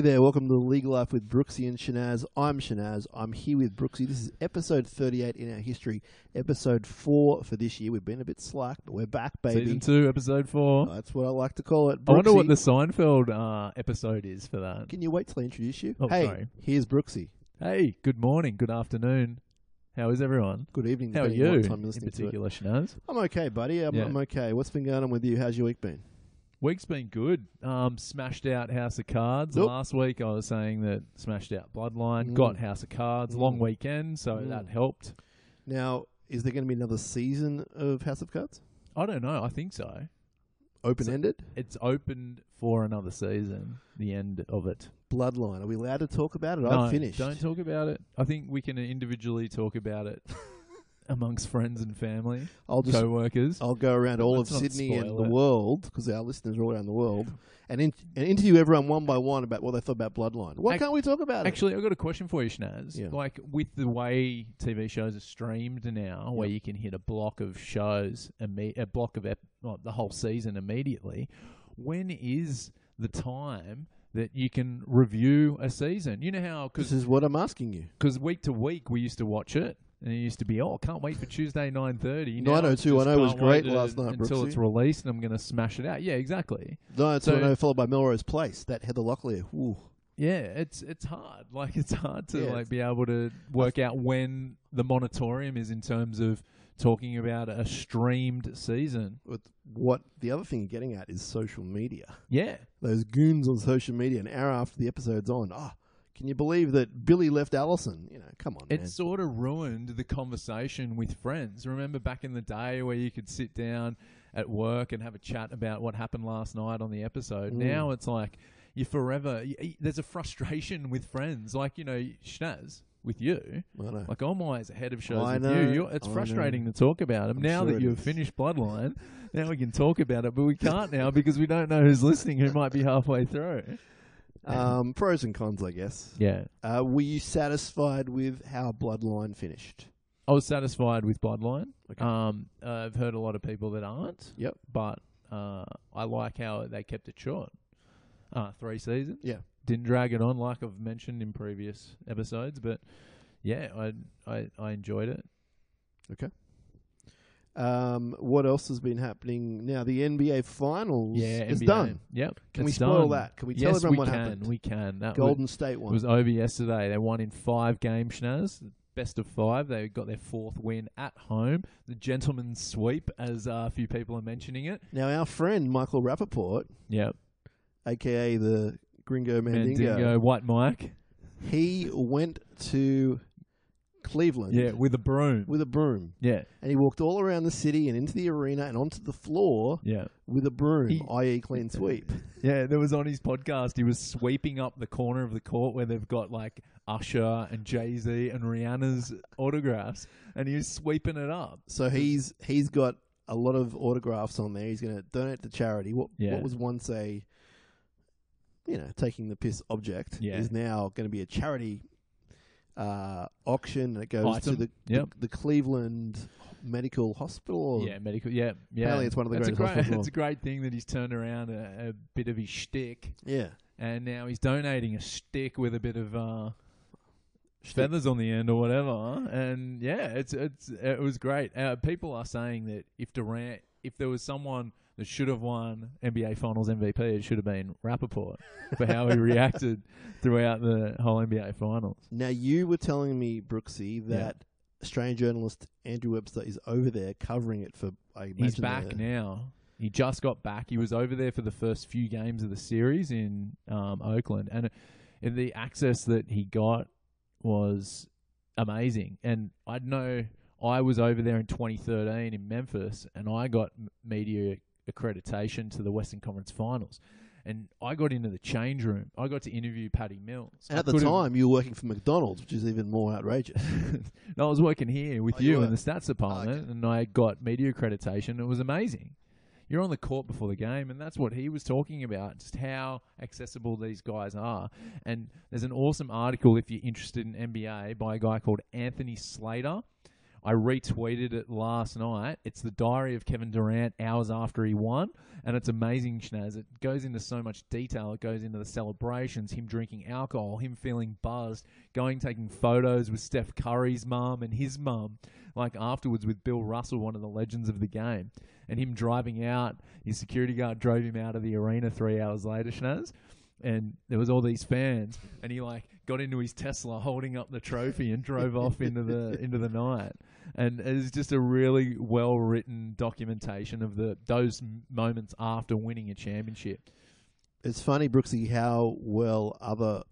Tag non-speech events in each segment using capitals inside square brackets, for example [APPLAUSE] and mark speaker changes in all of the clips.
Speaker 1: there. Welcome to Legal Life with Brooksy and Shanaz. I'm Shanaz. I'm here with Brooksy. This is episode 38 in our history, episode 4 for this year. We've been a bit slack, but we're back,
Speaker 2: Season
Speaker 1: baby.
Speaker 2: two, episode four.
Speaker 1: That's what I like to call it.
Speaker 2: I wonder what
Speaker 1: Uh, Brooksy,
Speaker 2: the Seinfeld uh, episode is for that.
Speaker 1: Can you wait till I introduce you?
Speaker 2: Oh,
Speaker 1: hey,
Speaker 2: sorry.
Speaker 1: here's Brooksy.
Speaker 2: Hey, good morning, good afternoon. How is everyone?
Speaker 1: Good evening.
Speaker 2: How are
Speaker 1: depending
Speaker 2: you?
Speaker 1: on What time
Speaker 2: In
Speaker 1: you're listening to it.
Speaker 2: particular, Shanaz.
Speaker 1: I'm okay, buddy. I'm,
Speaker 2: Yeah.
Speaker 1: I'm okay. What's been going on with you? How's your week been?
Speaker 2: Week's been good. Um, smashed out House of Cards.
Speaker 1: Yep.
Speaker 2: Last week I was saying that smashed out Bloodline,
Speaker 1: Mm.
Speaker 2: got House of Cards, long
Speaker 1: Mm.
Speaker 2: weekend, so
Speaker 1: Mm.
Speaker 2: that helped.
Speaker 1: Now, is there going to be another season of House of Cards?
Speaker 2: I don't know, I think so.
Speaker 1: Open ended?
Speaker 2: It's opened for another season, the end of it.
Speaker 1: Bloodline. Are we allowed to talk about it?
Speaker 2: no,
Speaker 1: I'm finished.
Speaker 2: Don't talk about it. I think we can individually talk
Speaker 1: [LAUGHS]
Speaker 2: about it amongst friends and family,
Speaker 1: I'll just Oh,
Speaker 2: co workers.
Speaker 1: I'll go around all
Speaker 2: Let's
Speaker 1: of
Speaker 2: not
Speaker 1: Sydney and
Speaker 2: spoil
Speaker 1: the
Speaker 2: it.
Speaker 1: world because our listeners are all around the world, and, in, and interview everyone one by one about what they thought about Bloodline. Why
Speaker 2: Ac-
Speaker 1: can't we talk about it?
Speaker 2: Actually, I've got a question for you, Schnaz.
Speaker 1: Yeah.
Speaker 2: Like, with the way TV shows are streamed now, where you can hit a block of shows, imme- a block of ep- well, the whole season immediately, when is the time that you can review a season? You know how,
Speaker 1: This
Speaker 2: because
Speaker 1: is what I'm asking you.
Speaker 2: week to week we used to watch it. And it used to be, oh, I can't wait for Tuesday nine thirty.
Speaker 1: 90210 was great last night,
Speaker 2: until
Speaker 1: Brooksy.
Speaker 2: it's released, and I'm going to smash it out. Yeah, exactly.
Speaker 1: No, it's
Speaker 2: So-
Speaker 1: no, followed by Melrose Place. That Heather Locklear. Ooh.
Speaker 2: Yeah, it's it's hard. [LAUGHS] Like it's hard to
Speaker 1: Yeah.
Speaker 2: like be able to work out when the monitorium is in terms of talking about a streamed season.
Speaker 1: What- What the other thing you're getting at is social media.
Speaker 2: Yeah.
Speaker 1: Those goons on social media. An hour after the episode's on, ah, can you believe that Billy left Allison? You know, come on,
Speaker 2: It sort of ruined the conversation with friends. Remember back in the day where you could sit down at work and have a chat about what happened last night on the episode? Now it's like you're forever. y y- there's a frustration with friends. Like, you know, Schnaz, with you,
Speaker 1: man. I know.
Speaker 2: Like I'm always ahead of shows
Speaker 1: I
Speaker 2: with
Speaker 1: know,
Speaker 2: you. You're, it's
Speaker 1: I know.
Speaker 2: frustrating to talk about them.
Speaker 1: I'm
Speaker 2: now
Speaker 1: sure
Speaker 2: that
Speaker 1: it
Speaker 2: you've
Speaker 1: is.
Speaker 2: finished
Speaker 1: [LAUGHS]
Speaker 2: Bloodline, now we can talk about it, but we can't now because we don't know who's listening, who might be halfway through.
Speaker 1: Um, pros and cons, I guess.
Speaker 2: Yeah,
Speaker 1: Uh, were you satisfied with how Bloodline finished?
Speaker 2: I was satisfied with Bloodline.
Speaker 1: Okay.
Speaker 2: Um, I've heard a lot of people that aren't.
Speaker 1: Yep.
Speaker 2: but uh, I like how they kept it short. Uh, three seasons.
Speaker 1: Yeah.
Speaker 2: didn't drag it on like I've mentioned in previous episodes, but yeah, I I, I enjoyed it.
Speaker 1: Um, what else has been happening now? The NBA Finals
Speaker 2: Yeah,
Speaker 1: is
Speaker 2: NBA.
Speaker 1: done.
Speaker 2: Yep.
Speaker 1: Can we
Speaker 2: it's
Speaker 1: spoil
Speaker 2: done.
Speaker 1: that? Can we tell
Speaker 2: yes,
Speaker 1: everyone
Speaker 2: we
Speaker 1: what
Speaker 2: can.
Speaker 1: happened?
Speaker 2: We can. That was-
Speaker 1: Golden State
Speaker 2: It
Speaker 1: won.
Speaker 2: was over yesterday. They won in five games, Schnaz. Best of five. They got their fourth win at home. The gentleman's sweep, as uh, a few people are mentioning it.
Speaker 1: now our friend Michael Rappaport,
Speaker 2: Yeah.
Speaker 1: aka the Gringo Mandingo,
Speaker 2: Mandingo, White Mike.
Speaker 1: he went to Cleveland
Speaker 2: Yeah, with a broom.
Speaker 1: with a broom,
Speaker 2: yeah,
Speaker 1: and he walked all around the city and into the arena and onto the floor
Speaker 2: yeah.
Speaker 1: with a broom,
Speaker 2: He-
Speaker 1: i.e., clean sweep.
Speaker 2: Yeah, there was on his podcast, he was sweeping up the corner of the court where they've got like Usher and Jay Z and Rihanna's autographs, and he was sweeping it up.
Speaker 1: So he's he's got a lot of autographs on there. He's going to donate to charity. What
Speaker 2: Yeah.
Speaker 1: what was once a you know taking the piss object
Speaker 2: Yeah.
Speaker 1: is now going to be a charity uh, auction that goes
Speaker 2: Item.
Speaker 1: to the,
Speaker 2: Yep.
Speaker 1: the the Cleveland Medical Hospital.
Speaker 2: Yeah, medical. Yeah, yeah.
Speaker 1: Apparently it's one of the
Speaker 2: That's a
Speaker 1: greatest
Speaker 2: great,
Speaker 1: hospitals in the
Speaker 2: It's a great thing that he's turned around a, a bit of his shtick,
Speaker 1: yeah.
Speaker 2: and now he's donating a stick with a bit of uh, feathers on the end or whatever. And yeah, it's it's it was great. Uh, people are saying that if Durant, if there was someone that should have won NBA Finals MVP, it should have been Rappaport for
Speaker 1: [LAUGHS]
Speaker 2: how he reacted throughout the whole NBA Finals.
Speaker 1: Now you were telling me, Brooksy,
Speaker 2: Yeah.
Speaker 1: that Australian journalist Andrew Webster is over there covering it for. I imagine
Speaker 2: He's back
Speaker 1: the-
Speaker 2: now. He just got back. He was over there for the first few games of the series in um, Oakland, and, and the access that he got was amazing. And I know I was over there in 2013 in Memphis, and I got m- media accreditation to the Western Conference Finals, and I got into the change room. I got to interview Patty Mills.
Speaker 1: And
Speaker 2: I
Speaker 1: at the
Speaker 2: could've-
Speaker 1: time, you were working for McDonald's, which is even more
Speaker 2: [LAUGHS]
Speaker 1: outrageous.
Speaker 2: no, I was working here with
Speaker 1: Oh, you
Speaker 2: you
Speaker 1: were?
Speaker 2: in the stats department, and I got media accreditation. It was amazing. You're on the court before the game, and that's what he was talking about, just how accessible these guys are. And there's an awesome article if you're interested in NBA by a guy called Anthony Slater I retweeted it last night. It's the diary of Kevin Durant hours after he won, and it's amazing, Schnaz. It goes into so much detail. It goes into the celebrations, him drinking alcohol, him feeling buzzed, going taking photos with Steph Curry's mum and his mum, like afterwards with Bill Russell, one of the legends of the game, and him driving out. His security guard drove him out of the arena three hours later, Schnaz and there was all these fans and he like got into his Tesla holding up the trophy and drove off into the into the night and it's just a really well written documentation of the those m- moments after winning a championship
Speaker 1: It's funny, Brooksy, how well other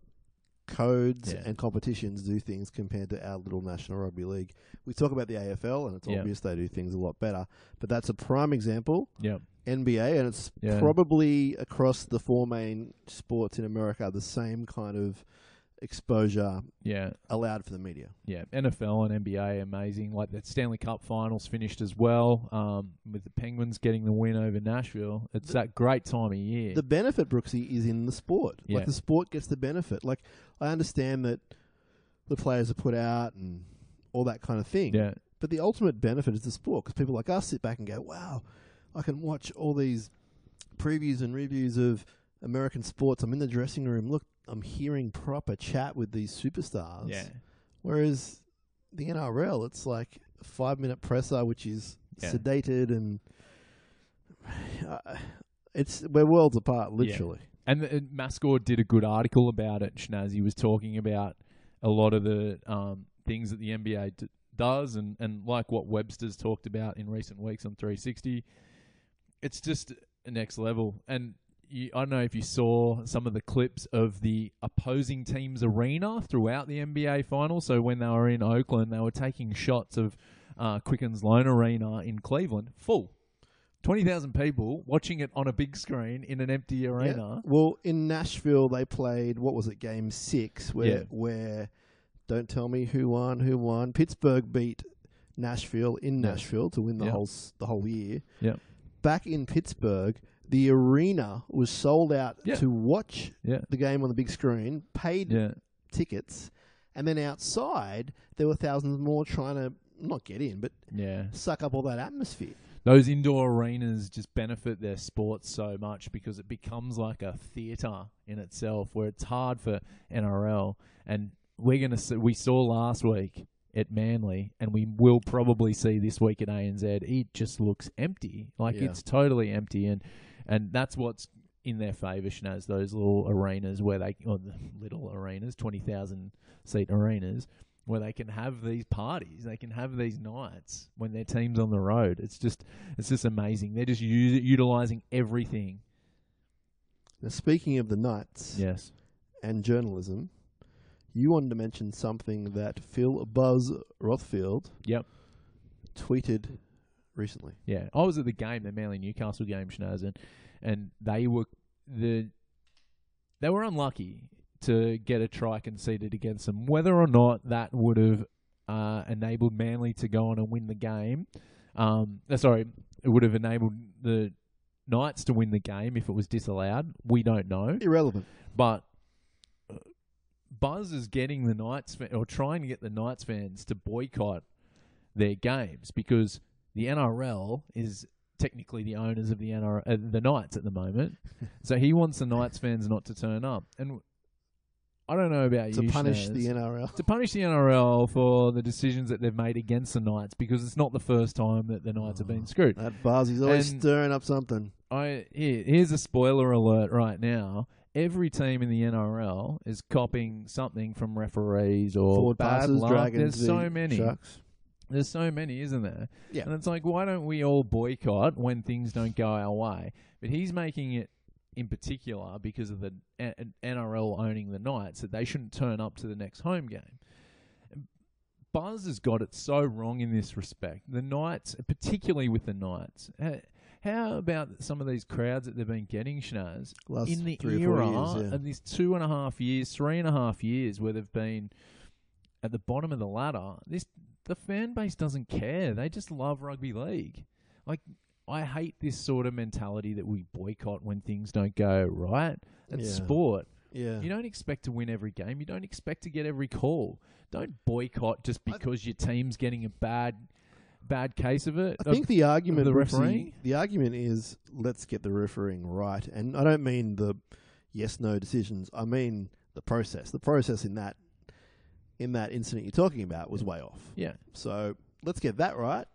Speaker 1: codes
Speaker 2: Yeah.
Speaker 1: and competitions do things compared to our little National Rugby League. We talk about the AFL, and it's
Speaker 2: Yeah.
Speaker 1: obvious they do things a lot better, but that's a prime example.
Speaker 2: yeah
Speaker 1: NBA, and it's
Speaker 2: Yeah.
Speaker 1: probably across the four main sports in America the same kind of exposure
Speaker 2: yeah
Speaker 1: allowed for the media.
Speaker 2: yeah NFL and NBA amazing like the Stanley Cup finals finished as well um, with the Penguins getting the win over Nashville it's that great time of year
Speaker 1: The benefit, Brooksy, is in the sport.
Speaker 2: Yeah.
Speaker 1: Like the sport gets the benefit. Like I understand that the players are put out and all that kind of thing.
Speaker 2: yeah
Speaker 1: But the ultimate benefit is the sport because people like us sit back and go, "Wow, I can watch all these previews and reviews of American sports. I'm in the dressing room. Look, I'm hearing proper chat with these superstars."
Speaker 2: yeah
Speaker 1: Whereas the NRL, it's like a five minute presser, which is
Speaker 2: Yeah.
Speaker 1: sedated and [SIGHS] uh, it's we're worlds apart, literally.
Speaker 2: And, the- and Mascor did a good article about it. Schnaz, he was talking about a lot of the um, things that the NBA d- does, and, and like what Webster's talked about in recent weeks on 360. It's just a next level. And you, I don't know if you saw some of the clips of the opposing team's arena throughout the NBA final. So when they were in Oakland, they were taking shots of uh, Quicken's Loan Arena in Cleveland, full. 20,000 people watching it on a big screen in an empty
Speaker 1: Yeah.
Speaker 2: arena.
Speaker 1: Well, in Nashville, they played what was it, Game Six, where
Speaker 2: Yeah.
Speaker 1: where don't tell me who won, who won. Pittsburgh beat Nashville in
Speaker 2: Yeah.
Speaker 1: Nashville to win the
Speaker 2: Yeah.
Speaker 1: whole s- the whole year.
Speaker 2: Yeah.
Speaker 1: Back in Pittsburgh, the arena was sold out
Speaker 2: Yeah.
Speaker 1: to watch
Speaker 2: Yeah.
Speaker 1: the game on the big screen. Paid
Speaker 2: Yeah,
Speaker 1: tickets, and then outside there were thousands more trying to not get in, but
Speaker 2: yeah.
Speaker 1: suck up all that atmosphere.
Speaker 2: Those indoor arenas just benefit their sports so much because it becomes like a theater in itself, where it's hard for NRL. And we're gonna see, we saw last week at Manly, and we will probably see this week at ANZ. It just looks empty, like
Speaker 1: Yeah.
Speaker 2: it's totally empty, and and that's what's in their favour, Shanaz, those little arenas where they, or the little arenas, 20,000 seat arenas, where they can have these parties, they can have these nights when their team's on the road. It's just, it's just amazing. They're just u- utilising everything.
Speaker 1: Now, speaking of the Knights
Speaker 2: Yes.
Speaker 1: and journalism, you wanted to mention something that Phil Buzz Rothfield
Speaker 2: Yep.
Speaker 1: tweeted recently.
Speaker 2: Yeah, I was at the game, the Manly Newcastle game, Schnaz, and and they were the they were unlucky to get a try conceded against them. Whether or not that would have uh, enabled Manly to go on and win the game, um, uh, sorry, it would have enabled the Knights to win the game if it was disallowed. We don't know,
Speaker 1: Irrelevant.
Speaker 2: but. uh, Buzz is getting the Knights fa- or trying to get the Knights fans to boycott their games because the NRL is technically the owners of the NRL, uh, the Knights at
Speaker 1: [LAUGHS]
Speaker 2: the moment. so he wants the Knights fans not to turn up, and I don't know about
Speaker 1: To
Speaker 2: you
Speaker 1: punish
Speaker 2: Schnaz.
Speaker 1: the NRL.
Speaker 2: to punish the NRL for the decisions that they've made against the Knights because it's not the first time that the Knights have
Speaker 1: Ah.
Speaker 2: been screwed.
Speaker 1: That Buzz, he's always
Speaker 2: And-
Speaker 1: stirring up something.
Speaker 2: I here, here's a spoiler alert right now. Every team in the NRL is copying something from referees or
Speaker 1: Forward
Speaker 2: bad
Speaker 1: passes,
Speaker 2: luck.
Speaker 1: dragons,
Speaker 2: There's so
Speaker 1: the
Speaker 2: many.
Speaker 1: Sharks.
Speaker 2: There's so many, isn't there?
Speaker 1: Yeah.
Speaker 2: And it's like, why don't we all boycott when things don't go our way? But he's making it in particular because of the N- NRL owning the Knights that they shouldn't turn up to the next home game. Buzz has got it so wrong in this respect. The Knights, particularly with the Knights. h- How about some of these crowds that they've been getting, Schnaz?
Speaker 1: Last
Speaker 2: in the
Speaker 1: three
Speaker 2: era
Speaker 1: or four years. Yeah.
Speaker 2: of these two and a half years, three and a half years where they've been at the bottom of the ladder, this the fan base doesn't care. They just love rugby league. Like I hate this sort of mentality that we boycott when things don't go right. It's
Speaker 1: Yeah.
Speaker 2: sport.
Speaker 1: Yeah.
Speaker 2: You don't expect to win every game. You don't expect to get every call. Don't boycott just
Speaker 1: I-
Speaker 2: because your team's getting a bad bad case of it.
Speaker 1: I think the argument
Speaker 2: the
Speaker 1: Brooksy,
Speaker 2: refereeing?
Speaker 1: the argument is let's get the refereeing right, and I don't mean the yes no decisions. I mean the process. The process in that in that incident you're talking about was way off.
Speaker 2: yeah.
Speaker 1: So let's get that right,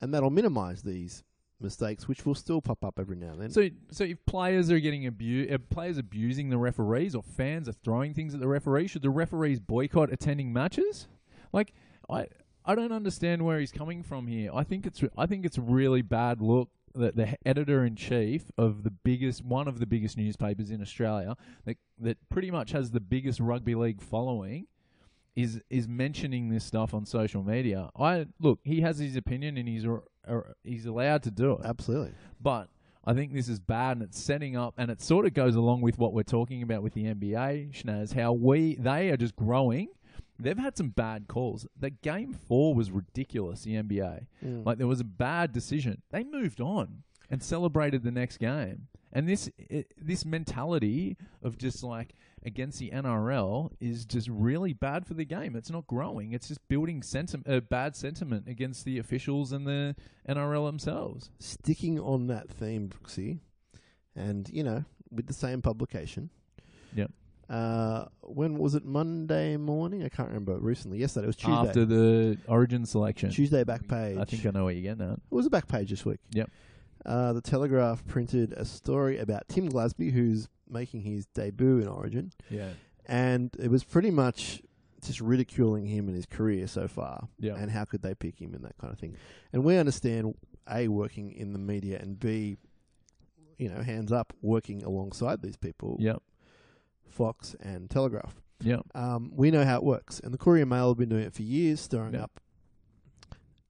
Speaker 1: and that'll minimise these mistakes, which will still pop up every now and then.
Speaker 2: So so if players are getting abused, uh, players abusing the referees or fans are throwing things at the referee, should the referees boycott attending matches? Like I I don't understand where he's coming from here. I think it's I think it's really bad look that the editor in chief of the biggest one of the biggest newspapers in Australia that that pretty much has the biggest rugby league following is is mentioning this stuff on social media. I look, he has his opinion and he's ar- ar- he's allowed to do it.
Speaker 1: Absolutely.
Speaker 2: But I think this is bad, and it's setting up, and it sort of goes along with what we're talking about with the NBA, Schnaz, how we they are just growing. They've had some bad calls. The game four was ridiculous. The NBA,
Speaker 1: Mm.
Speaker 2: like there was a bad decision. They moved on and celebrated the next game. And this i this mentality of just like against the NRL is just really bad for the game. It's not growing. It's just building sentiment, uh, bad sentiment against the officials and the NRL themselves.
Speaker 1: Sticking on that theme, Brooksy, and you know, with the same publication.
Speaker 2: Yep.
Speaker 1: Uh, when was it? Monday morning? I can't remember. Recently, yesterday it was Tuesday.
Speaker 2: after the origin selection.
Speaker 1: Tuesday back page.
Speaker 2: I think I know where you're getting at.
Speaker 1: It was a back page this week.
Speaker 2: Yep.
Speaker 1: Uh, the Telegraph printed a story about Tim Glasby, who's making his debut in Origin,
Speaker 2: Yeah.
Speaker 1: and it was pretty much just ridiculing him and his career so far,
Speaker 2: Yeah.
Speaker 1: and how could they pick him and that kind of thing. And we understand a working in the media and b, you know, hands up, working alongside these people,
Speaker 2: Yep.
Speaker 1: Fox and Telegraph.
Speaker 2: Yep.
Speaker 1: Um, we know how it works. And the Courier Mail have been doing it for years, stirring
Speaker 2: Yeah.
Speaker 1: up,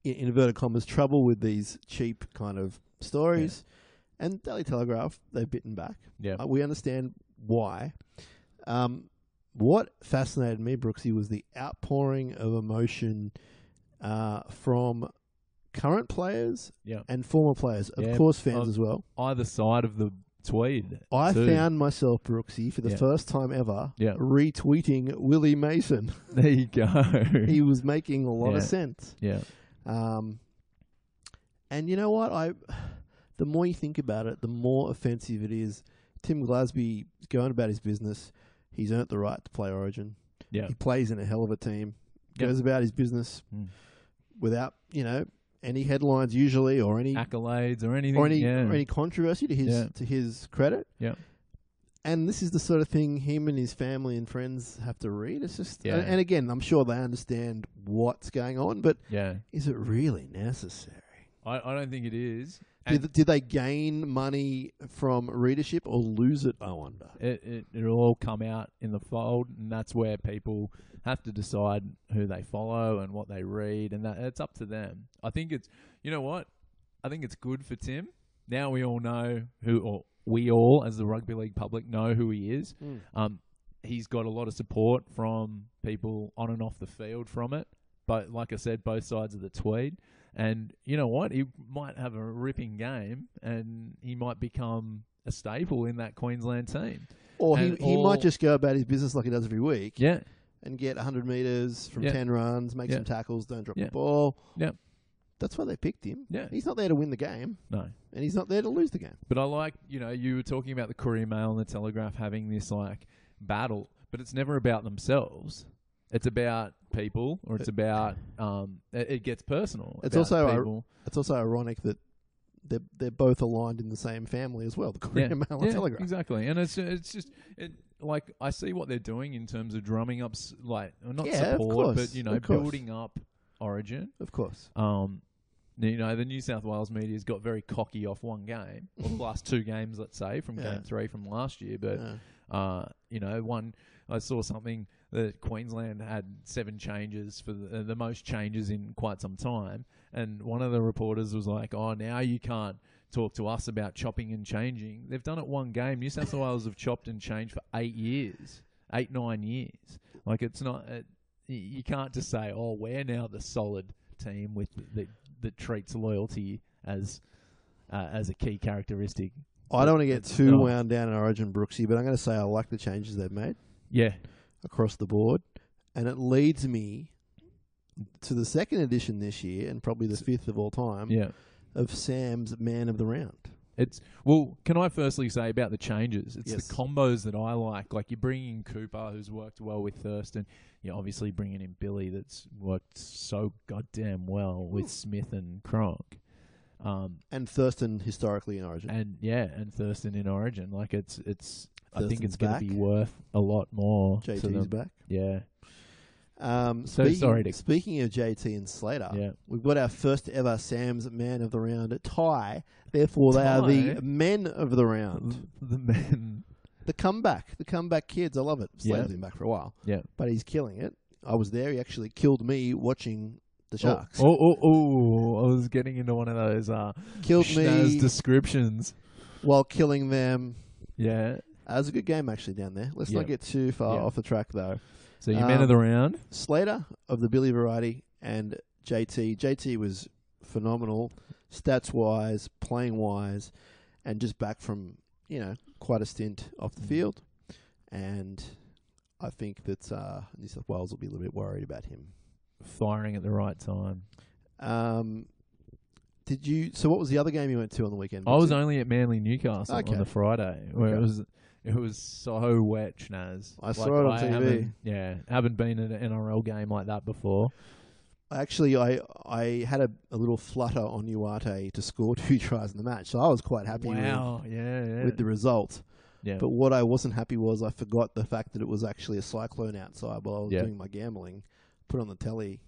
Speaker 1: in in inverted commas, trouble with these cheap kind of stories. And Daily Telegraph, they've bitten back.
Speaker 2: Yeah.
Speaker 1: Uh, we understand why. Um, what fascinated me, Brooksy, was the outpouring of emotion uh, from current players
Speaker 2: Yeah.
Speaker 1: and former players, of
Speaker 2: Yeah,
Speaker 1: course, fans
Speaker 2: um,
Speaker 1: as well.
Speaker 2: Either side of the tweed.
Speaker 1: I
Speaker 2: too.
Speaker 1: found myself, Brooksy, for the
Speaker 2: Yeah.
Speaker 1: first time ever,
Speaker 2: Yeah.
Speaker 1: retweeting Willie Mason.
Speaker 2: [LAUGHS] [LAUGHS] There you go.
Speaker 1: he was making a lot
Speaker 2: Yeah.
Speaker 1: of sense.
Speaker 2: yeah.
Speaker 1: Um, and you know what? I the more you think about it, the more offensive it is. Tim Glasby is going about his business. He's earned the right to play Origin.
Speaker 2: Yeah.
Speaker 1: He plays in a hell of a team.
Speaker 2: Yeah.
Speaker 1: Goes about his business
Speaker 2: Mm.
Speaker 1: without you know any headlines usually or any
Speaker 2: Accolades or anything.
Speaker 1: or any
Speaker 2: yeah.
Speaker 1: or any controversy to his
Speaker 2: Yeah.
Speaker 1: to his credit.
Speaker 2: Yeah.
Speaker 1: And this is the sort of thing him and his family and friends have to read. It's just,
Speaker 2: Yeah.
Speaker 1: and, and again, I'm sure they understand what's going on, but
Speaker 2: yeah.
Speaker 1: is it really necessary?
Speaker 2: I, I don't think it is. And-
Speaker 1: Did, did they gain money from readership or lose it? I wonder.
Speaker 2: It, it, it'll all come out in the fold, and that's where people have to decide who they follow and what they read, and that it's up to them. I think it's, you know what, I think it's good for Tim. Now we all know who, or we all as the rugby league public know who he is.
Speaker 1: Mm.
Speaker 2: Um, he's got a lot of support from people on and off the field from it. But like I said, both sides of the Tweed. And you know what? He might have a ripping game, and he might become a staple in that Queensland team.
Speaker 1: Or he,
Speaker 2: And
Speaker 1: he
Speaker 2: all-
Speaker 1: might just go about his business like he does every week
Speaker 2: Yeah,
Speaker 1: and get 100 metres from
Speaker 2: Yeah.
Speaker 1: 10 runs, make
Speaker 2: Yeah.
Speaker 1: some tackles, don't drop
Speaker 2: Yeah.
Speaker 1: the ball.
Speaker 2: Yeah.
Speaker 1: That's why they picked him.
Speaker 2: yeah,
Speaker 1: He's not there to win the game
Speaker 2: no.
Speaker 1: and he's not there to lose the game.
Speaker 2: But I like, you know, you were talking about the Courier Mail and the Telegraph having this like battle, but it's never about themselves. It's about people, or it's about um, it, it gets personal.
Speaker 1: Uh, It's
Speaker 2: about
Speaker 1: also a-
Speaker 2: people.
Speaker 1: It's also ironic that they're, they're both aligned in the same family as well, the Courier Mail and Telegraph.
Speaker 2: Exactly, and it's it's just it like I see what they're doing in terms of drumming up s- like not
Speaker 1: Yeah, of
Speaker 2: support,
Speaker 1: course,
Speaker 2: but you know
Speaker 1: of course.
Speaker 2: building up Origin.
Speaker 1: Of course.
Speaker 2: Um, you know the New South Wales media's got very cocky off one game
Speaker 1: [LAUGHS]
Speaker 2: or the last two games, let's say from
Speaker 1: Yeah.
Speaker 2: game three from last year, but.
Speaker 1: Yeah.
Speaker 2: Uh, you know, one I saw something that Queensland had seven changes for the, uh, the most changes in quite some time, and one of the reporters was like, "Oh, now you can't talk to us about chopping and changing. They've done it one game. New South Wales have chopped and changed for eight years, eight nine years. Like it's not it, y- you can't just say, "Oh, we're now the solid team with that that treats loyalty as." Uh, as a key characteristic,
Speaker 1: I don't want to get
Speaker 2: It's
Speaker 1: too
Speaker 2: not.
Speaker 1: wound down in Origin Brooksy, but I'm going to say I like the changes they've made
Speaker 2: Yeah,
Speaker 1: across the board, and it leads me to the second edition this year, and probably the fifth of all time
Speaker 2: yeah.
Speaker 1: of Sam's Man of the Round.
Speaker 2: It's well. Can I firstly say about the changes? It's
Speaker 1: Yes.
Speaker 2: the combos that I like. Like you're bringing in Cooper, who's worked well with Thurston. You're obviously bringing in Billy, that's worked so goddamn well with Smith and Kronk. Um,
Speaker 1: And Thurston historically in Origin.
Speaker 2: and yeah, and Thurston in Origin. Like it's it's. I think
Speaker 1: Thurston's
Speaker 2: it's going to be
Speaker 1: back.
Speaker 2: worth a lot more. to
Speaker 1: JT's
Speaker 2: them.
Speaker 1: back.
Speaker 2: Yeah,
Speaker 1: Um,
Speaker 2: So
Speaker 1: speaking,
Speaker 2: sorry to-
Speaker 1: speaking of JT and Slater,
Speaker 2: yeah.
Speaker 1: we've got our first ever Sam's Man of the Round tie. Therefore, they are the
Speaker 2: Tie?
Speaker 1: men of the round.
Speaker 2: The men.
Speaker 1: The comeback, the comeback kids. I love it. Slater's been back for a while,
Speaker 2: Yeah.
Speaker 1: but he's killing it. I was there. He actually killed me watching the Sharks.
Speaker 2: Oh, oh, oh, oh, I was getting into one of those uh,
Speaker 1: Killed
Speaker 2: schnaz
Speaker 1: me
Speaker 2: descriptions.
Speaker 1: while killing them.
Speaker 2: Yeah.
Speaker 1: Uh, it was a good game actually down there. Let's
Speaker 2: Yeah.
Speaker 1: not get too far
Speaker 2: Yeah.
Speaker 1: off the track though.
Speaker 2: So you men
Speaker 1: Um,
Speaker 2: of the round.
Speaker 1: Slater of the Billy variety and JT. JT was phenomenal, stats wise, playing wise, and just back from you know quite a stint off the
Speaker 2: Mm.
Speaker 1: field. And I think that uh, New South Wales will be a little bit worried about him.
Speaker 2: firing at the right time.
Speaker 1: Um, did you? So what was the other game you went to on the weekend?
Speaker 2: I was
Speaker 1: Mitzi?
Speaker 2: only at Manly Newcastle
Speaker 1: Okay.
Speaker 2: on the Friday where
Speaker 1: Okay.
Speaker 2: it was it was so wet, Schnaz.
Speaker 1: I saw it on TV.
Speaker 2: haven't- Yeah, haven't been at an NRL game like that before.
Speaker 1: actually I I had a, a little flutter on Uate to score [LAUGHS] two tries in the match, so I was quite happy
Speaker 2: wow, yeah, yeah.
Speaker 1: with, with the result.
Speaker 2: yeah.
Speaker 1: But what I wasn't happy was I forgot the fact that it was actually a cyclone outside while I was
Speaker 2: Yeah.
Speaker 1: doing my gambling. Put on the telly,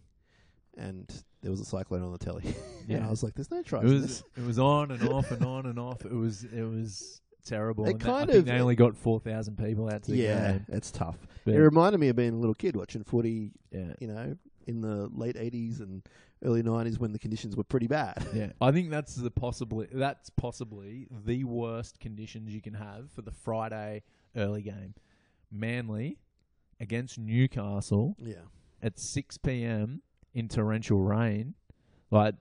Speaker 1: and there was a cyclone on the telly. [LAUGHS] and
Speaker 2: Yeah.
Speaker 1: I was like, "There's no tries."
Speaker 2: it
Speaker 1: in
Speaker 2: was
Speaker 1: this."
Speaker 2: it was on and off and on and off. It was it was terrible.
Speaker 1: It
Speaker 2: and they-
Speaker 1: kind
Speaker 2: I think
Speaker 1: of-
Speaker 2: they only got four thousand people out to the
Speaker 1: yeah,
Speaker 2: game.
Speaker 1: it's tough.
Speaker 2: But,
Speaker 1: It reminded me of being a little kid watching footy.
Speaker 2: yeah.
Speaker 1: You know, in the late '80s and early '90s when the conditions were pretty bad. [LAUGHS]
Speaker 2: Yeah, I think that's the possibly that's possibly the worst conditions you can have for the Friday early game. Manly against Newcastle
Speaker 1: yeah,
Speaker 2: at six p.m. in torrential rain. Like,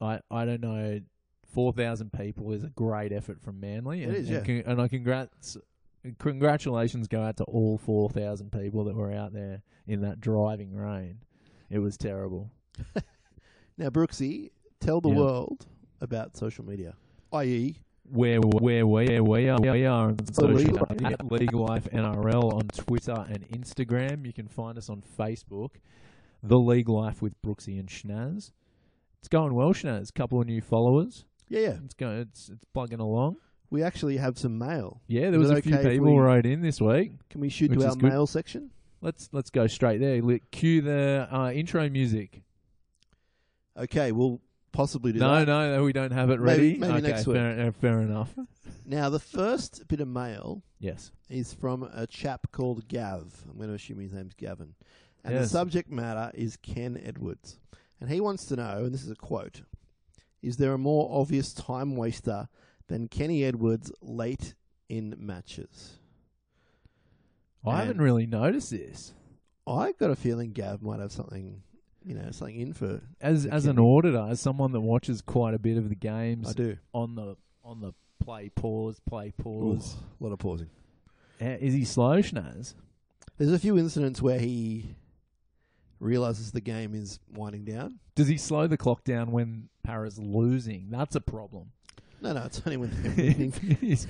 Speaker 2: I I don't know, four thousand people is a great effort from Manly.
Speaker 1: It
Speaker 2: and,
Speaker 1: is,
Speaker 2: and
Speaker 1: yeah.
Speaker 2: con- and I congrats. Congratulations go out to all 4,000 people that were out there in that driving rain. It was terrible.
Speaker 1: Now, Brooksy, tell the
Speaker 2: Yeah. E.
Speaker 1: world about social media, i.e.,
Speaker 2: where where we where we are we are on social
Speaker 1: League
Speaker 2: media,
Speaker 1: Life.
Speaker 2: at League Life NRL on Twitter and Instagram. You can find us on Facebook, The League Life with Brooksy and Schnaz. It's going well, Schnaz. Couple of new followers.
Speaker 1: yeah, yeah,
Speaker 2: It's going. It's it's plugging along.
Speaker 1: we actually have some mail.
Speaker 2: Yeah, there
Speaker 1: Is
Speaker 2: was a
Speaker 1: it
Speaker 2: few
Speaker 1: okay if
Speaker 2: people
Speaker 1: we-
Speaker 2: wrote in this week.
Speaker 1: Can we shoot
Speaker 2: Which
Speaker 1: to
Speaker 2: is
Speaker 1: our
Speaker 2: good.
Speaker 1: mail section?
Speaker 2: Let's let's go straight there. Let, cue the uh, intro music.
Speaker 1: Okay, we'll possibly do
Speaker 2: No,
Speaker 1: that.
Speaker 2: no, no, we don't have it
Speaker 1: Maybe-
Speaker 2: ready.
Speaker 1: maybe
Speaker 2: okay,
Speaker 1: next week.
Speaker 2: Fair, uh, fair enough.
Speaker 1: Now, the first bit of mail
Speaker 2: Yes.
Speaker 1: is from a chap called Gav. I'm going to assume his name's Gavin. And the
Speaker 2: Yes.
Speaker 1: subject matter is Ken Edwards. And he wants to know, and this is a quote Is there a more obvious time waster than Kenny Edwards late in matches?
Speaker 2: I
Speaker 1: And-
Speaker 2: haven't really noticed this.
Speaker 1: I got a feeling Gav might have something, you know, something in for.
Speaker 2: As
Speaker 1: It
Speaker 2: as
Speaker 1: can
Speaker 2: an
Speaker 1: be.
Speaker 2: auditor, as someone that watches quite a bit of the games
Speaker 1: I do.
Speaker 2: on the on the play pause, play pause.
Speaker 1: a lot of pausing.
Speaker 2: Uh, Is he slow, Schnaz?
Speaker 1: There's a few incidents where he realizes the game is winding down.
Speaker 2: Does he slow the clock down when Para's losing? That's a [LAUGHS] problem.
Speaker 1: No, no, it's only when [LAUGHS] they're winning.
Speaker 2: He's-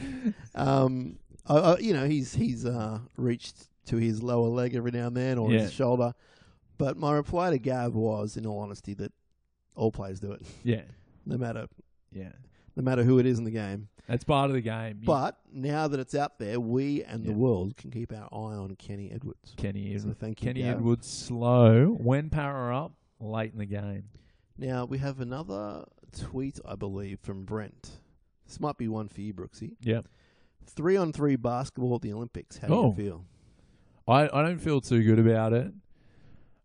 Speaker 1: Um, I, I, you know, he's he's uh, reached to his lower leg every now and then or
Speaker 2: Yeah.
Speaker 1: his shoulder. But my reply to Gav was, in all honesty, that all players do it,
Speaker 2: yeah,
Speaker 1: no matter
Speaker 2: yeah.
Speaker 1: no matter who it is in the game.
Speaker 2: That's part of the game. You-
Speaker 1: But now that it's out there, we and
Speaker 2: Yeah.
Speaker 1: the world can keep our eye on Kenny Edwards.
Speaker 2: Kenny is
Speaker 1: So thank you,
Speaker 2: Kenny
Speaker 1: Gav.
Speaker 2: Edwards slow when Para up late in the game.
Speaker 1: Now we have another tweet, I believe, from Brent. This might be one for you, Brooksy.
Speaker 2: Yep.
Speaker 1: Three on three basketball at the Olympics. How do
Speaker 2: Oh.
Speaker 1: you feel?
Speaker 2: I, I don't feel too good about it.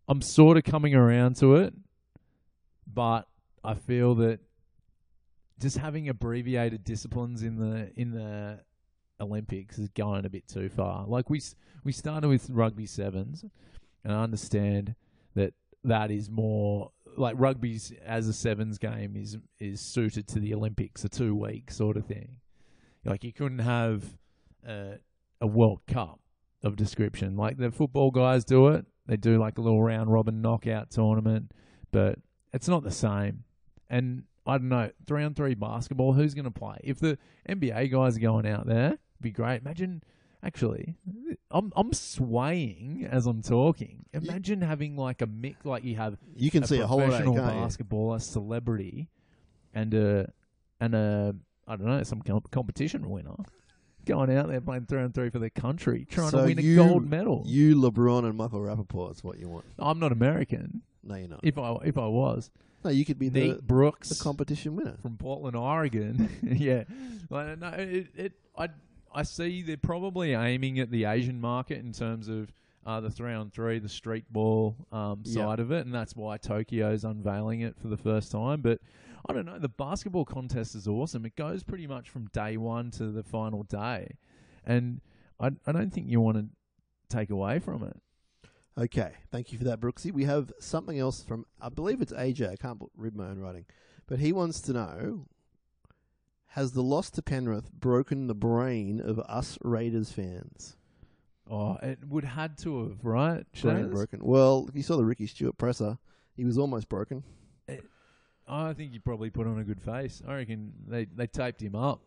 Speaker 2: I'm sort of coming around to it, but I feel that just having abbreviated disciplines in the in the Olympics is going a bit too far. Like we s- we started with rugby sevens, and I understand that that is more like rugby's as a sevens game is is suited to the Olympics, a two week sort of thing. Like you couldn't have uh, a World Cup of description. Like the football guys do it. They do like a little round robin knockout tournament, but it's not the same. And I don't know, three on three basketball, who's going to play? If the NBA guys are going out there, it'd be great. Imagine, actually, I'm I'm swaying as I'm talking. Imagine having like a mix, like you have
Speaker 1: You can
Speaker 2: a
Speaker 1: see a whole lot
Speaker 2: professional
Speaker 1: of
Speaker 2: basketballer, celebrity, and a and a I don't know some com- competition winner going out there playing three on three for their country, trying
Speaker 1: So
Speaker 2: to win
Speaker 1: you-
Speaker 2: a gold medal.
Speaker 1: You, LeBron, and Michael Rappaport is what you want.
Speaker 2: I'm not American.
Speaker 1: No, you're not.
Speaker 2: If I if I was
Speaker 1: No, you could be
Speaker 2: Nate
Speaker 1: the,
Speaker 2: Brooks
Speaker 1: the competition winner.
Speaker 2: from Portland, Oregon, [LAUGHS] yeah, like no, it, it I I see they're probably aiming at the Asian market in terms of. Uh, the three on three, the street ball um,
Speaker 1: Yeah.
Speaker 2: side of it, and that's why Tokyo's unveiling it for the first time. But I don't know. The basketball contest is awesome. It goes pretty much from day one to the final day, and I, I don't think you want to take away from it.
Speaker 1: Okay, thank you for that, Brooksy. We have something else from, I believe it's AJ. I can't b- read my own writing, but he wants to know: Has the loss to Penrith broken the brain of us Raiders fans?
Speaker 2: Oh, it would had to have, right?
Speaker 1: Brain
Speaker 2: Shaz?
Speaker 1: broken. Well, if you saw the Ricky Stewart presser, he was almost broken.
Speaker 2: I think he probably put on a good face. I reckon they, they taped him up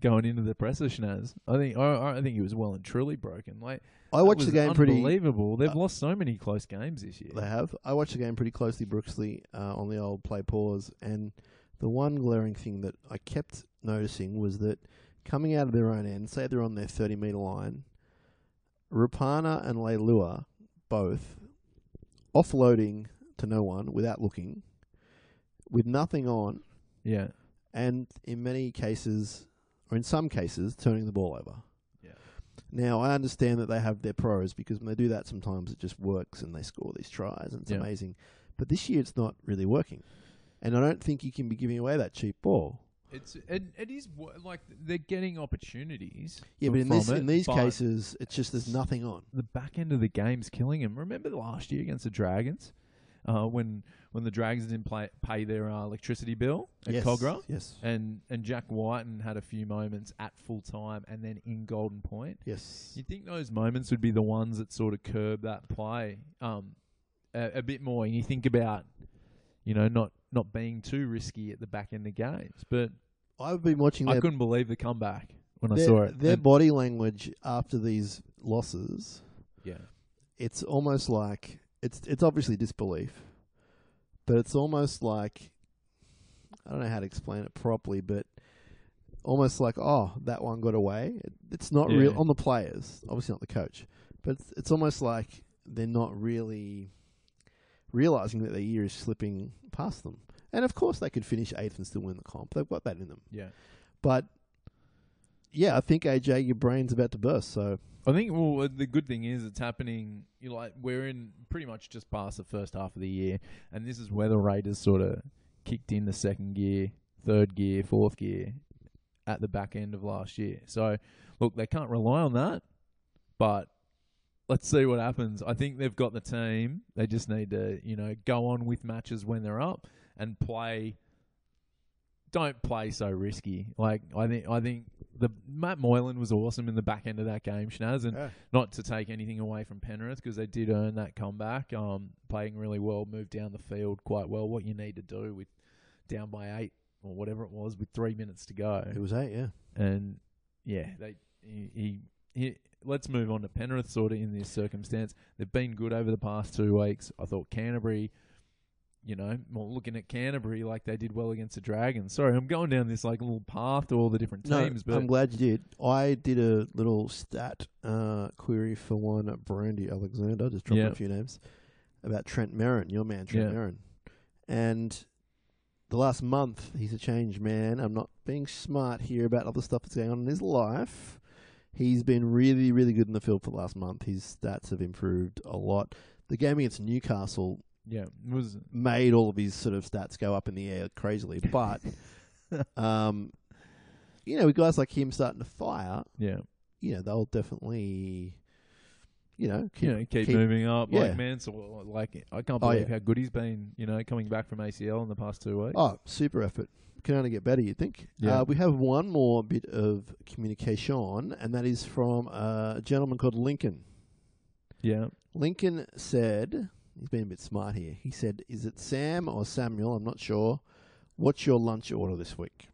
Speaker 2: going into the presser schnaz. I think I, I think he was well and truly broken. Like
Speaker 1: I
Speaker 2: that
Speaker 1: watched the
Speaker 2: was
Speaker 1: game pretty.
Speaker 2: unbelievable. They've
Speaker 1: uh,
Speaker 2: lost so many close games this year.
Speaker 1: They have. I watched the game pretty closely, Brooksley, uh, on the old play pause, and the one glaring thing that I kept noticing was that coming out of their own end, say they're on their 30 metre line, Rapana and Leilua both offloading to no one without looking, with nothing on,
Speaker 2: Yeah,
Speaker 1: and in many cases, or in some cases, turning the ball over.
Speaker 2: Yeah.
Speaker 1: Now I understand that they have their pros because when they do that, sometimes it just works and they score these tries and it's
Speaker 2: Yeah.
Speaker 1: amazing. But this year, it's not really working, and I don't think you can be giving away that cheap ball.
Speaker 2: it's it, it is wo- like they're getting opportunities.
Speaker 1: Yeah, but in
Speaker 2: from
Speaker 1: this
Speaker 2: it,
Speaker 1: in these
Speaker 2: but
Speaker 1: cases, it's just there's nothing on.
Speaker 2: the back end of the game's killing him. Remember last year against the Dragons, uh, when when the Dragons didn't play, pay their uh, electricity bill at
Speaker 1: yes,
Speaker 2: Cogra,
Speaker 1: yes,
Speaker 2: and and Jack Whiten had a few moments at full time and then in Golden Point.
Speaker 1: yes,
Speaker 2: You'd think those moments would be the ones that sort of curb that play um, a, a bit more. And you think about, you know, not not being too risky at the back end of games. But
Speaker 1: I've been watching
Speaker 2: I
Speaker 1: their
Speaker 2: couldn't believe the comeback when I
Speaker 1: their,
Speaker 2: saw it.
Speaker 1: their
Speaker 2: And-
Speaker 1: body language after these losses.
Speaker 2: yeah.
Speaker 1: it's almost like it's it's obviously disbelief, but it's almost like I don't know how to explain it properly, but almost like oh that one got away. It, it's not
Speaker 2: Yeah.
Speaker 1: real on the players, obviously not the coach, but it's, it's almost like they're not really realizing that their year is slipping past them. And of course, they could finish eighth and still win the comp. They've got that in them,
Speaker 2: Yeah.
Speaker 1: but. Yeah, I think AJ, your brain's about to burst. So
Speaker 2: I think well the good thing is it's happening. You like we're in pretty much just past the first half of the year, and this is where the Raiders sort of kicked in the second gear, third gear, fourth gear at the back end of last year. So look, they can't rely on that, but let's see what happens. I think they've got the team. They just need to you know go on with matches when they're up and play. Don't play so risky. Like I think I think the Matt Moylan was awesome in the back end of that game, Schnaz, and
Speaker 1: Yeah.
Speaker 2: not to take anything away from Penrith because they did earn that comeback. Um, playing really well, moved down the field quite well. What you need to do with down by eight or whatever it was with three minutes to go,
Speaker 1: it was eight, yeah.
Speaker 2: and yeah, they he, he, he let's move on to Penrith sort of in this circumstance. They've been good over the past two weeks. I thought Canterbury, you know, well, looking at Canterbury like they did well against the Dragons. Sorry, I'm going down this like little path to all the different teams,
Speaker 1: No,
Speaker 2: but
Speaker 1: I'm glad you did. I did a little stat uh, query for one at Brandy Alexander, just dropping
Speaker 2: Yeah.
Speaker 1: a few names, about Trent Merrin, your man Trent
Speaker 2: Yeah.
Speaker 1: Merrin. And the last month, he's a changed man. I'm not being smart here about other stuff that's going on in his life. He's been really, really good in the field for the last month. His stats have improved a lot. The game against Newcastle
Speaker 2: yeah, it was
Speaker 1: made all of his sort of stats go up in the air crazily, but um, you know, with guys like him starting to fire,
Speaker 2: yeah.
Speaker 1: you know, they'll definitely you know, keep,
Speaker 2: you know, keep,
Speaker 1: keep-
Speaker 2: moving up.
Speaker 1: yeah.
Speaker 2: Like Mansell, like I can't
Speaker 1: Oh,
Speaker 2: believe
Speaker 1: yeah.
Speaker 2: how good he's been. You know, coming back from ACL in the past two weeks.
Speaker 1: Oh, super effort. Can only get better, you'd think.
Speaker 2: Yeah.
Speaker 1: Uh, we have one more bit of communication, and that is from uh, a gentleman called Lincoln.
Speaker 2: Yeah,
Speaker 1: Lincoln said, he's been a bit smart here. He said, Is it Sam or Samuel? I'm not sure. What's your lunch order this week?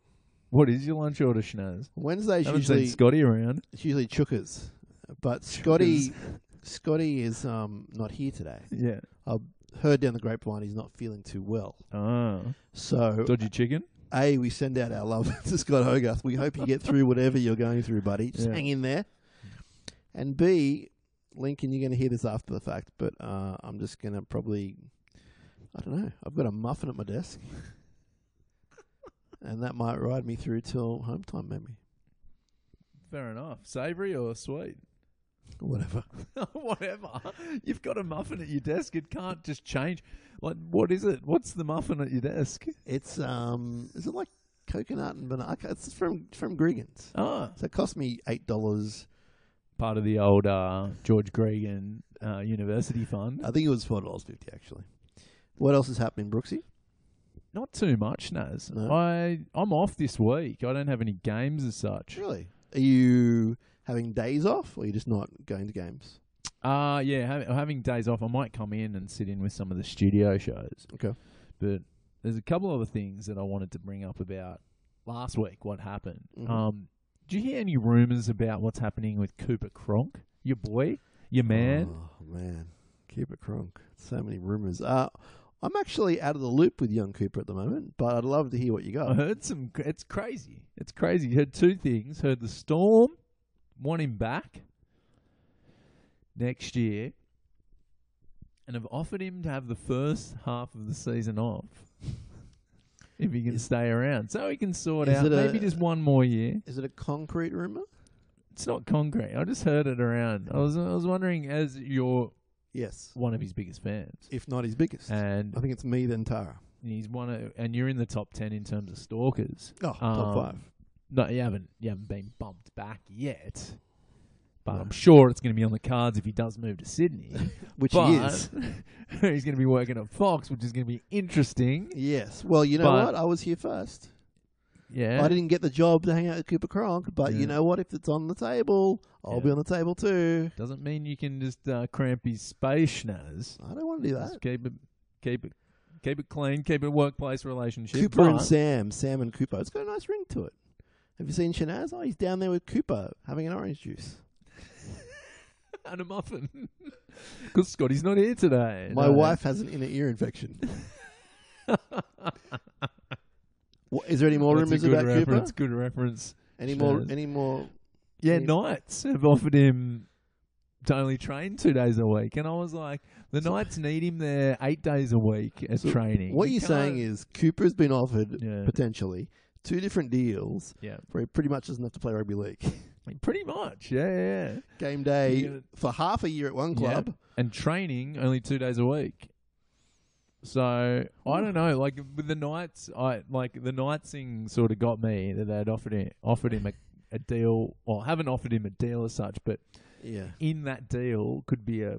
Speaker 2: what is your lunch order, Schnaz?
Speaker 1: Wednesday's
Speaker 2: haven't seen
Speaker 1: usually
Speaker 2: Scotty around.
Speaker 1: it's usually chookers, but Scotty Scotty is um, not here today.
Speaker 2: Yeah.
Speaker 1: Heard down the grapevine he's not feeling too well.
Speaker 2: Ah,
Speaker 1: So
Speaker 2: dodgy chicken.
Speaker 1: A, we send out our love [LAUGHS] to Scott Hogarth. We hope you get through whatever you're going through, buddy. Just
Speaker 2: Yeah.
Speaker 1: hang in there. And B, Lincoln, you're going to hear this after the fact, but uh, I'm just going to probably, I don't know, I've got a muffin at my desk. [LAUGHS] and that might ride me through till home time, maybe.
Speaker 2: Fair enough. Savory or sweet? [LAUGHS]
Speaker 1: Whatever.
Speaker 2: Whatever. You've got a muffin at your desk. It can't just change. Like, what is it? What's the muffin at your desk?
Speaker 1: It's, um, is it like coconut and banana? It's from, from Gregan's.
Speaker 2: Ah,
Speaker 1: So it cost me $8.
Speaker 2: part of the old uh, George Gregan uh, University Fund.
Speaker 1: I think it was $4.50, actually. What else is happening, Brooksy?
Speaker 2: Not too much, Naz.
Speaker 1: No.
Speaker 2: I I'm off this week. I don't have any games as such.
Speaker 1: Really? Are you having days off, or are you just not going to games?
Speaker 2: Uh yeah, having, having days off, I might come in and sit in with some of the studio shows.
Speaker 1: Okay.
Speaker 2: But there's a couple other things that I wanted to bring up about last week. What happened?
Speaker 1: Mhm.
Speaker 2: Um, do you hear any rumors about what's happening with Cooper Cronk, your boy, your man?
Speaker 1: oh man, keep it crunk. So many rumors. Uh, I'm actually out of the loop with young Cooper at the moment, but I'd love to hear what you
Speaker 2: I
Speaker 1: [LAUGHS]
Speaker 2: [LAUGHS]
Speaker 1: got.
Speaker 2: heard some. cra- It's crazy. It's crazy. Heard two things. Heard the storm, want him back next year, and have offered him to have the first half of the season off [LAUGHS] if he can
Speaker 1: Is-
Speaker 2: stay around, so he can sort
Speaker 1: is
Speaker 2: out
Speaker 1: it a-
Speaker 2: maybe just one more year.
Speaker 1: Is it a concrete rumor?
Speaker 2: It's not concrete. I just heard it around. I was I was wondering as you're
Speaker 1: Yes.
Speaker 2: one of his biggest fans,
Speaker 1: If not his biggest,
Speaker 2: and
Speaker 1: I think it's me then Tara.
Speaker 2: he's one of, and you're in the top ten in terms of stalkers.
Speaker 1: Oh, top
Speaker 2: Um,
Speaker 1: five.
Speaker 2: No, you haven't. You haven't been bumped back yet, but
Speaker 1: No.
Speaker 2: I'm sure it's going to be on the cards if he does move to Sydney.
Speaker 1: Which
Speaker 2: but
Speaker 1: [LAUGHS] he is.
Speaker 2: [LAUGHS] he's going to be working at Fox, which is going to be interesting.
Speaker 1: Yes. Well, you know
Speaker 2: But-
Speaker 1: what? I was here first.
Speaker 2: Yeah,
Speaker 1: I didn't get the job to hang out with Cooper Cronk, but
Speaker 2: Yeah.
Speaker 1: you know what? If it's on the table, I'll
Speaker 2: Yeah.
Speaker 1: be on the table too.
Speaker 2: doesn't mean you can just uh, cramp his space, Schnaz.
Speaker 1: I don't want to do that.
Speaker 2: Just keep it, keep it, keep it clean. Keep it workplace relationship.
Speaker 1: Cooper and
Speaker 2: but-
Speaker 1: Sam, Sam and Cooper. It's got a nice ring to it. Have you seen Shanaz? Oh, he's down there with Cooper having an orange juice.
Speaker 2: [LAUGHS] and a muffin. [LAUGHS] Because Scotty's not here today.
Speaker 1: My
Speaker 2: No.
Speaker 1: wife has an inner ear
Speaker 2: [LAUGHS]
Speaker 1: infection. what, is there any more
Speaker 2: That's a
Speaker 1: rumors
Speaker 2: good
Speaker 1: about
Speaker 2: reference,
Speaker 1: Cooper?
Speaker 2: Good reference.
Speaker 1: Any more?
Speaker 2: Shanaz.
Speaker 1: Any more?
Speaker 2: Yeah,
Speaker 1: Yeah.
Speaker 2: Knights have offered him to only train two days a week. And I was like, the Knights need him there eight days a week at
Speaker 1: So
Speaker 2: training.
Speaker 1: What you're saying is Cooper's been offered
Speaker 2: Yeah.
Speaker 1: potentially two different deals
Speaker 2: Yeah,
Speaker 1: where he pretty much doesn't have to play rugby league.
Speaker 2: pretty much. Yeah, yeah. yeah.
Speaker 1: Game day
Speaker 2: You're gonna-
Speaker 1: for half a year at one club.
Speaker 2: And training only two days a week. So I don't know. Like with the Knights, I like the Knights thing sort of got me that they'd offered him offered him a, a deal, or haven't offered him a deal as such, but
Speaker 1: Yeah.
Speaker 2: in that deal could be a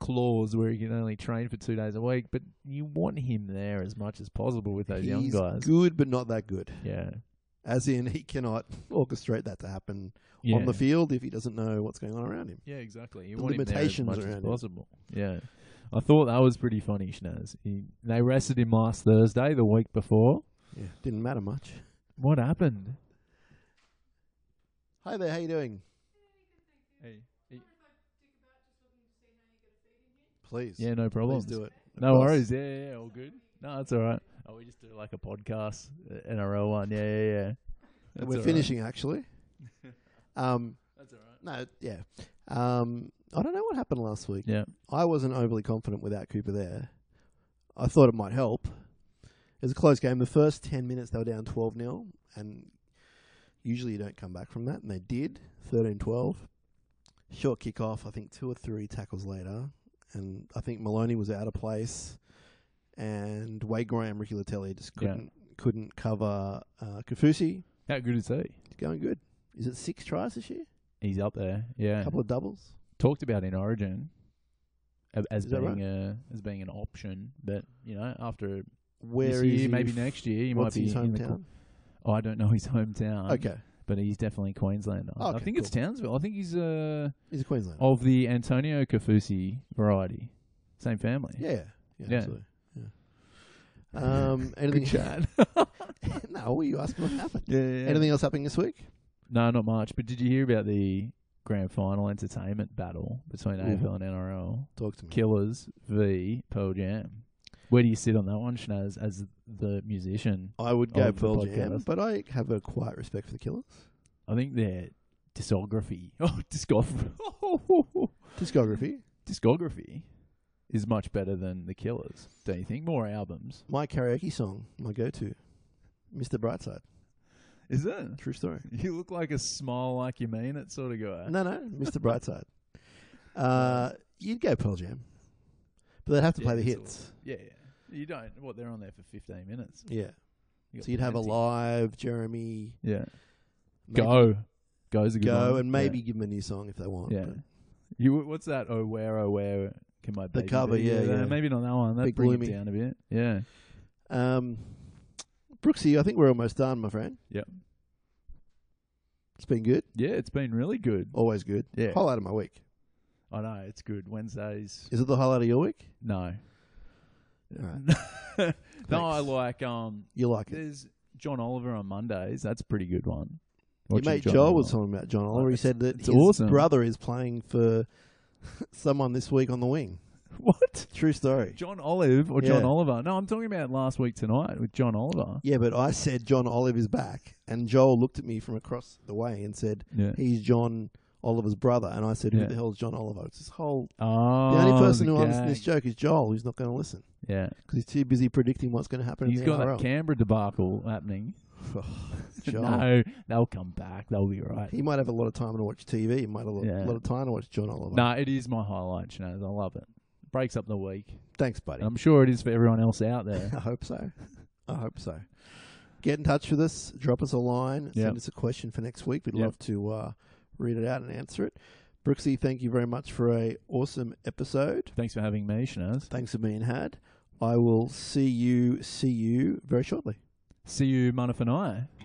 Speaker 2: clause where he can only train for two days a week, but you want him there as much as possible with those young
Speaker 1: He's
Speaker 2: guys.
Speaker 1: good, but not that good.
Speaker 2: Yeah.
Speaker 1: As in, he cannot orchestrate that to happen
Speaker 2: yeah.
Speaker 1: on the field if he doesn't know what's going on around him.
Speaker 2: yeah, exactly. You
Speaker 1: the
Speaker 2: want him there as
Speaker 1: limitations
Speaker 2: much as
Speaker 1: around it.
Speaker 2: possible. Yeah. I thought that was pretty funny, Schnaz. He, they arrested him last Thursday, the week before.
Speaker 1: Yeah. Didn't matter much.
Speaker 2: What happened?
Speaker 1: Hi there, how you doing?
Speaker 2: Hey.
Speaker 1: Please.
Speaker 2: Yeah, no problem.
Speaker 1: Please do it. Of
Speaker 2: No
Speaker 1: course.
Speaker 2: worries. Yeah, yeah, yeah, all good. No, that's all right. Oh, we just do like a podcast, uh, NRL one. Yeah, yeah, yeah. That's all
Speaker 1: We're
Speaker 2: right.
Speaker 1: finishing
Speaker 2: [LAUGHS]
Speaker 1: actually. um,
Speaker 2: That's all
Speaker 1: no,
Speaker 2: right.
Speaker 1: yeah. Um, I don't know what happened last week.
Speaker 2: Yeah.
Speaker 1: I wasn't overly confident without Cooper there. I thought it might help. It was a close game. The first 10 minutes, they were down 12 0, and usually you don't come back from that, and they did 13 12. Short kick off, I think two or three tackles later, and I think Maloney was out of place, and Wade Graham, Ricky Latelli just
Speaker 2: Yeah.
Speaker 1: couldn't couldn't cover uh, Kafusi.
Speaker 2: How good is he?
Speaker 1: It's going good. Is it six tries this year?
Speaker 2: He's up there.
Speaker 1: A
Speaker 2: Yeah.
Speaker 1: couple of doubles.
Speaker 2: talked about in Origin a- as
Speaker 1: Is that
Speaker 2: being
Speaker 1: right?
Speaker 2: a as being an option, but you know after
Speaker 1: Where is
Speaker 2: this year,
Speaker 1: he
Speaker 2: maybe
Speaker 1: f-
Speaker 2: next year, you might
Speaker 1: what's
Speaker 2: be
Speaker 1: his
Speaker 2: in the uh,
Speaker 1: hometown?
Speaker 2: oh, I don't know his hometown.
Speaker 1: okay,
Speaker 2: but he's definitely Queenslander. I
Speaker 1: Okay,
Speaker 2: think it's Townsville. I think he's uh,
Speaker 1: he's a Queenslander.
Speaker 2: of the Antonio Cafusi variety, same family. [LAUGHS]
Speaker 1: Yeah, yeah,
Speaker 2: Yeah.
Speaker 1: absolutely. Yeah.
Speaker 2: [LAUGHS]
Speaker 1: Um, anything?
Speaker 2: chat.
Speaker 1: [LAUGHS] no, well, you asked me what happened.
Speaker 2: yeah, yeah.
Speaker 1: Anything else happening this week?
Speaker 2: No, not much. But did you hear about the grand final entertainment battle between
Speaker 1: Ooh.
Speaker 2: AFL and NRL?
Speaker 1: Talk to me.
Speaker 2: Killers v Pearl Jam. Where do you sit on that one, Schnaz, as the musician?
Speaker 1: I would go
Speaker 2: of Oh, the
Speaker 1: Pearl Jam,
Speaker 2: podcast.
Speaker 1: but I have a quiet respect for the Killers.
Speaker 2: I think their discography, [LAUGHS] oh, discography,
Speaker 1: Discography.
Speaker 2: [LAUGHS] discography is much better than the Killers. Don't you think? More albums,
Speaker 1: My karaoke song, my go-to, Mr. Brightside.
Speaker 2: is it?
Speaker 1: True story.
Speaker 2: You look like a smile like you mean it sort of guy.
Speaker 1: No, no,
Speaker 2: [LAUGHS]
Speaker 1: Mr. Brightside. Uh, you'd go Pearl Jam, but they'd have to
Speaker 2: Yeah,
Speaker 1: play the
Speaker 2: it's all-
Speaker 1: hits.
Speaker 2: Yeah, yeah. You don't. What they're on there for fifteen minutes.
Speaker 1: Yeah.
Speaker 2: You got
Speaker 1: So you'd have a
Speaker 2: plenty.
Speaker 1: live Jeremy
Speaker 2: Yeah.
Speaker 1: maybe
Speaker 2: Go. Go's a good
Speaker 1: go,
Speaker 2: one.
Speaker 1: and maybe give them a new song if they want.
Speaker 2: Yeah. yeah.
Speaker 1: but
Speaker 2: You what's that? Oh where oh where can my
Speaker 1: The
Speaker 2: baby
Speaker 1: cover,
Speaker 2: be?
Speaker 1: yeah,
Speaker 2: Uh,
Speaker 1: yeah.
Speaker 2: Maybe not that one. That
Speaker 1: Big
Speaker 2: bring
Speaker 1: Bloomy.
Speaker 2: it down a bit. Yeah.
Speaker 1: Um, Brooksy, I think we're almost done, my friend.
Speaker 2: Yep.
Speaker 1: It's been good.
Speaker 2: Yeah, it's been really good.
Speaker 1: Always good.
Speaker 2: Yeah.
Speaker 1: Highlight of my week.
Speaker 2: I know, it's good. Wednesdays.
Speaker 1: Is it the highlight of your week?
Speaker 2: No. [LAUGHS]
Speaker 1: Alright.
Speaker 2: no, I
Speaker 1: Thanks.
Speaker 2: like um
Speaker 1: You like it.
Speaker 2: there's John Oliver on Mondays. That's a pretty good one.
Speaker 1: Your
Speaker 2: Watching
Speaker 1: mate
Speaker 2: John
Speaker 1: Joel
Speaker 2: Oliver.
Speaker 1: was talking about John Oliver. He
Speaker 2: it's-
Speaker 1: said that
Speaker 2: it's
Speaker 1: his
Speaker 2: awesome.
Speaker 1: brother is playing for [LAUGHS] someone this week on the wing.
Speaker 2: [LAUGHS]
Speaker 1: [LAUGHS]
Speaker 2: What?
Speaker 1: True story.
Speaker 2: John Olive or John
Speaker 1: Yeah.
Speaker 2: Oliver? No, I'm talking about last week tonight with John Oliver.
Speaker 1: Yeah, but I said John Olive is back, and Joel looked at me from across the way and said
Speaker 2: Yeah.
Speaker 1: he's John Oliver's brother, and I said who
Speaker 2: Yeah.
Speaker 1: the hell's John Oliver? It's this whole.
Speaker 2: Oh,
Speaker 1: The only person
Speaker 2: the
Speaker 1: who understands this
Speaker 2: gag.
Speaker 1: joke is Joel, who's not going to listen
Speaker 2: Yeah.
Speaker 1: because he's too busy predicting what's going to happen.
Speaker 2: He's
Speaker 1: in the
Speaker 2: got that
Speaker 1: NRL.
Speaker 2: Canberra debacle happening. [LAUGHS]
Speaker 1: Joel.
Speaker 2: No, they'll come back. They'll be all right.
Speaker 1: He might have a lot of time to watch TV. He might have a lot,
Speaker 2: Yeah.
Speaker 1: lot of time to watch John Oliver.
Speaker 2: Nah, it is my highlight, Shanaz. I love it. Breaks up the week.
Speaker 1: Thanks, buddy.
Speaker 2: I'm sure it is for everyone else out there.
Speaker 1: [LAUGHS] I hope so. I hope so. Get in touch with us. Drop us a line.
Speaker 2: Yep.
Speaker 1: Send us a question for next week. We'd
Speaker 2: Yep.
Speaker 1: love to uh, read it out and answer it. Brooksy, thank you very much for a awesome episode.
Speaker 2: Thanks for having me, Shanaz.
Speaker 1: Thanks for being had. I will see you, see you very shortly.
Speaker 2: See you, Mana and I.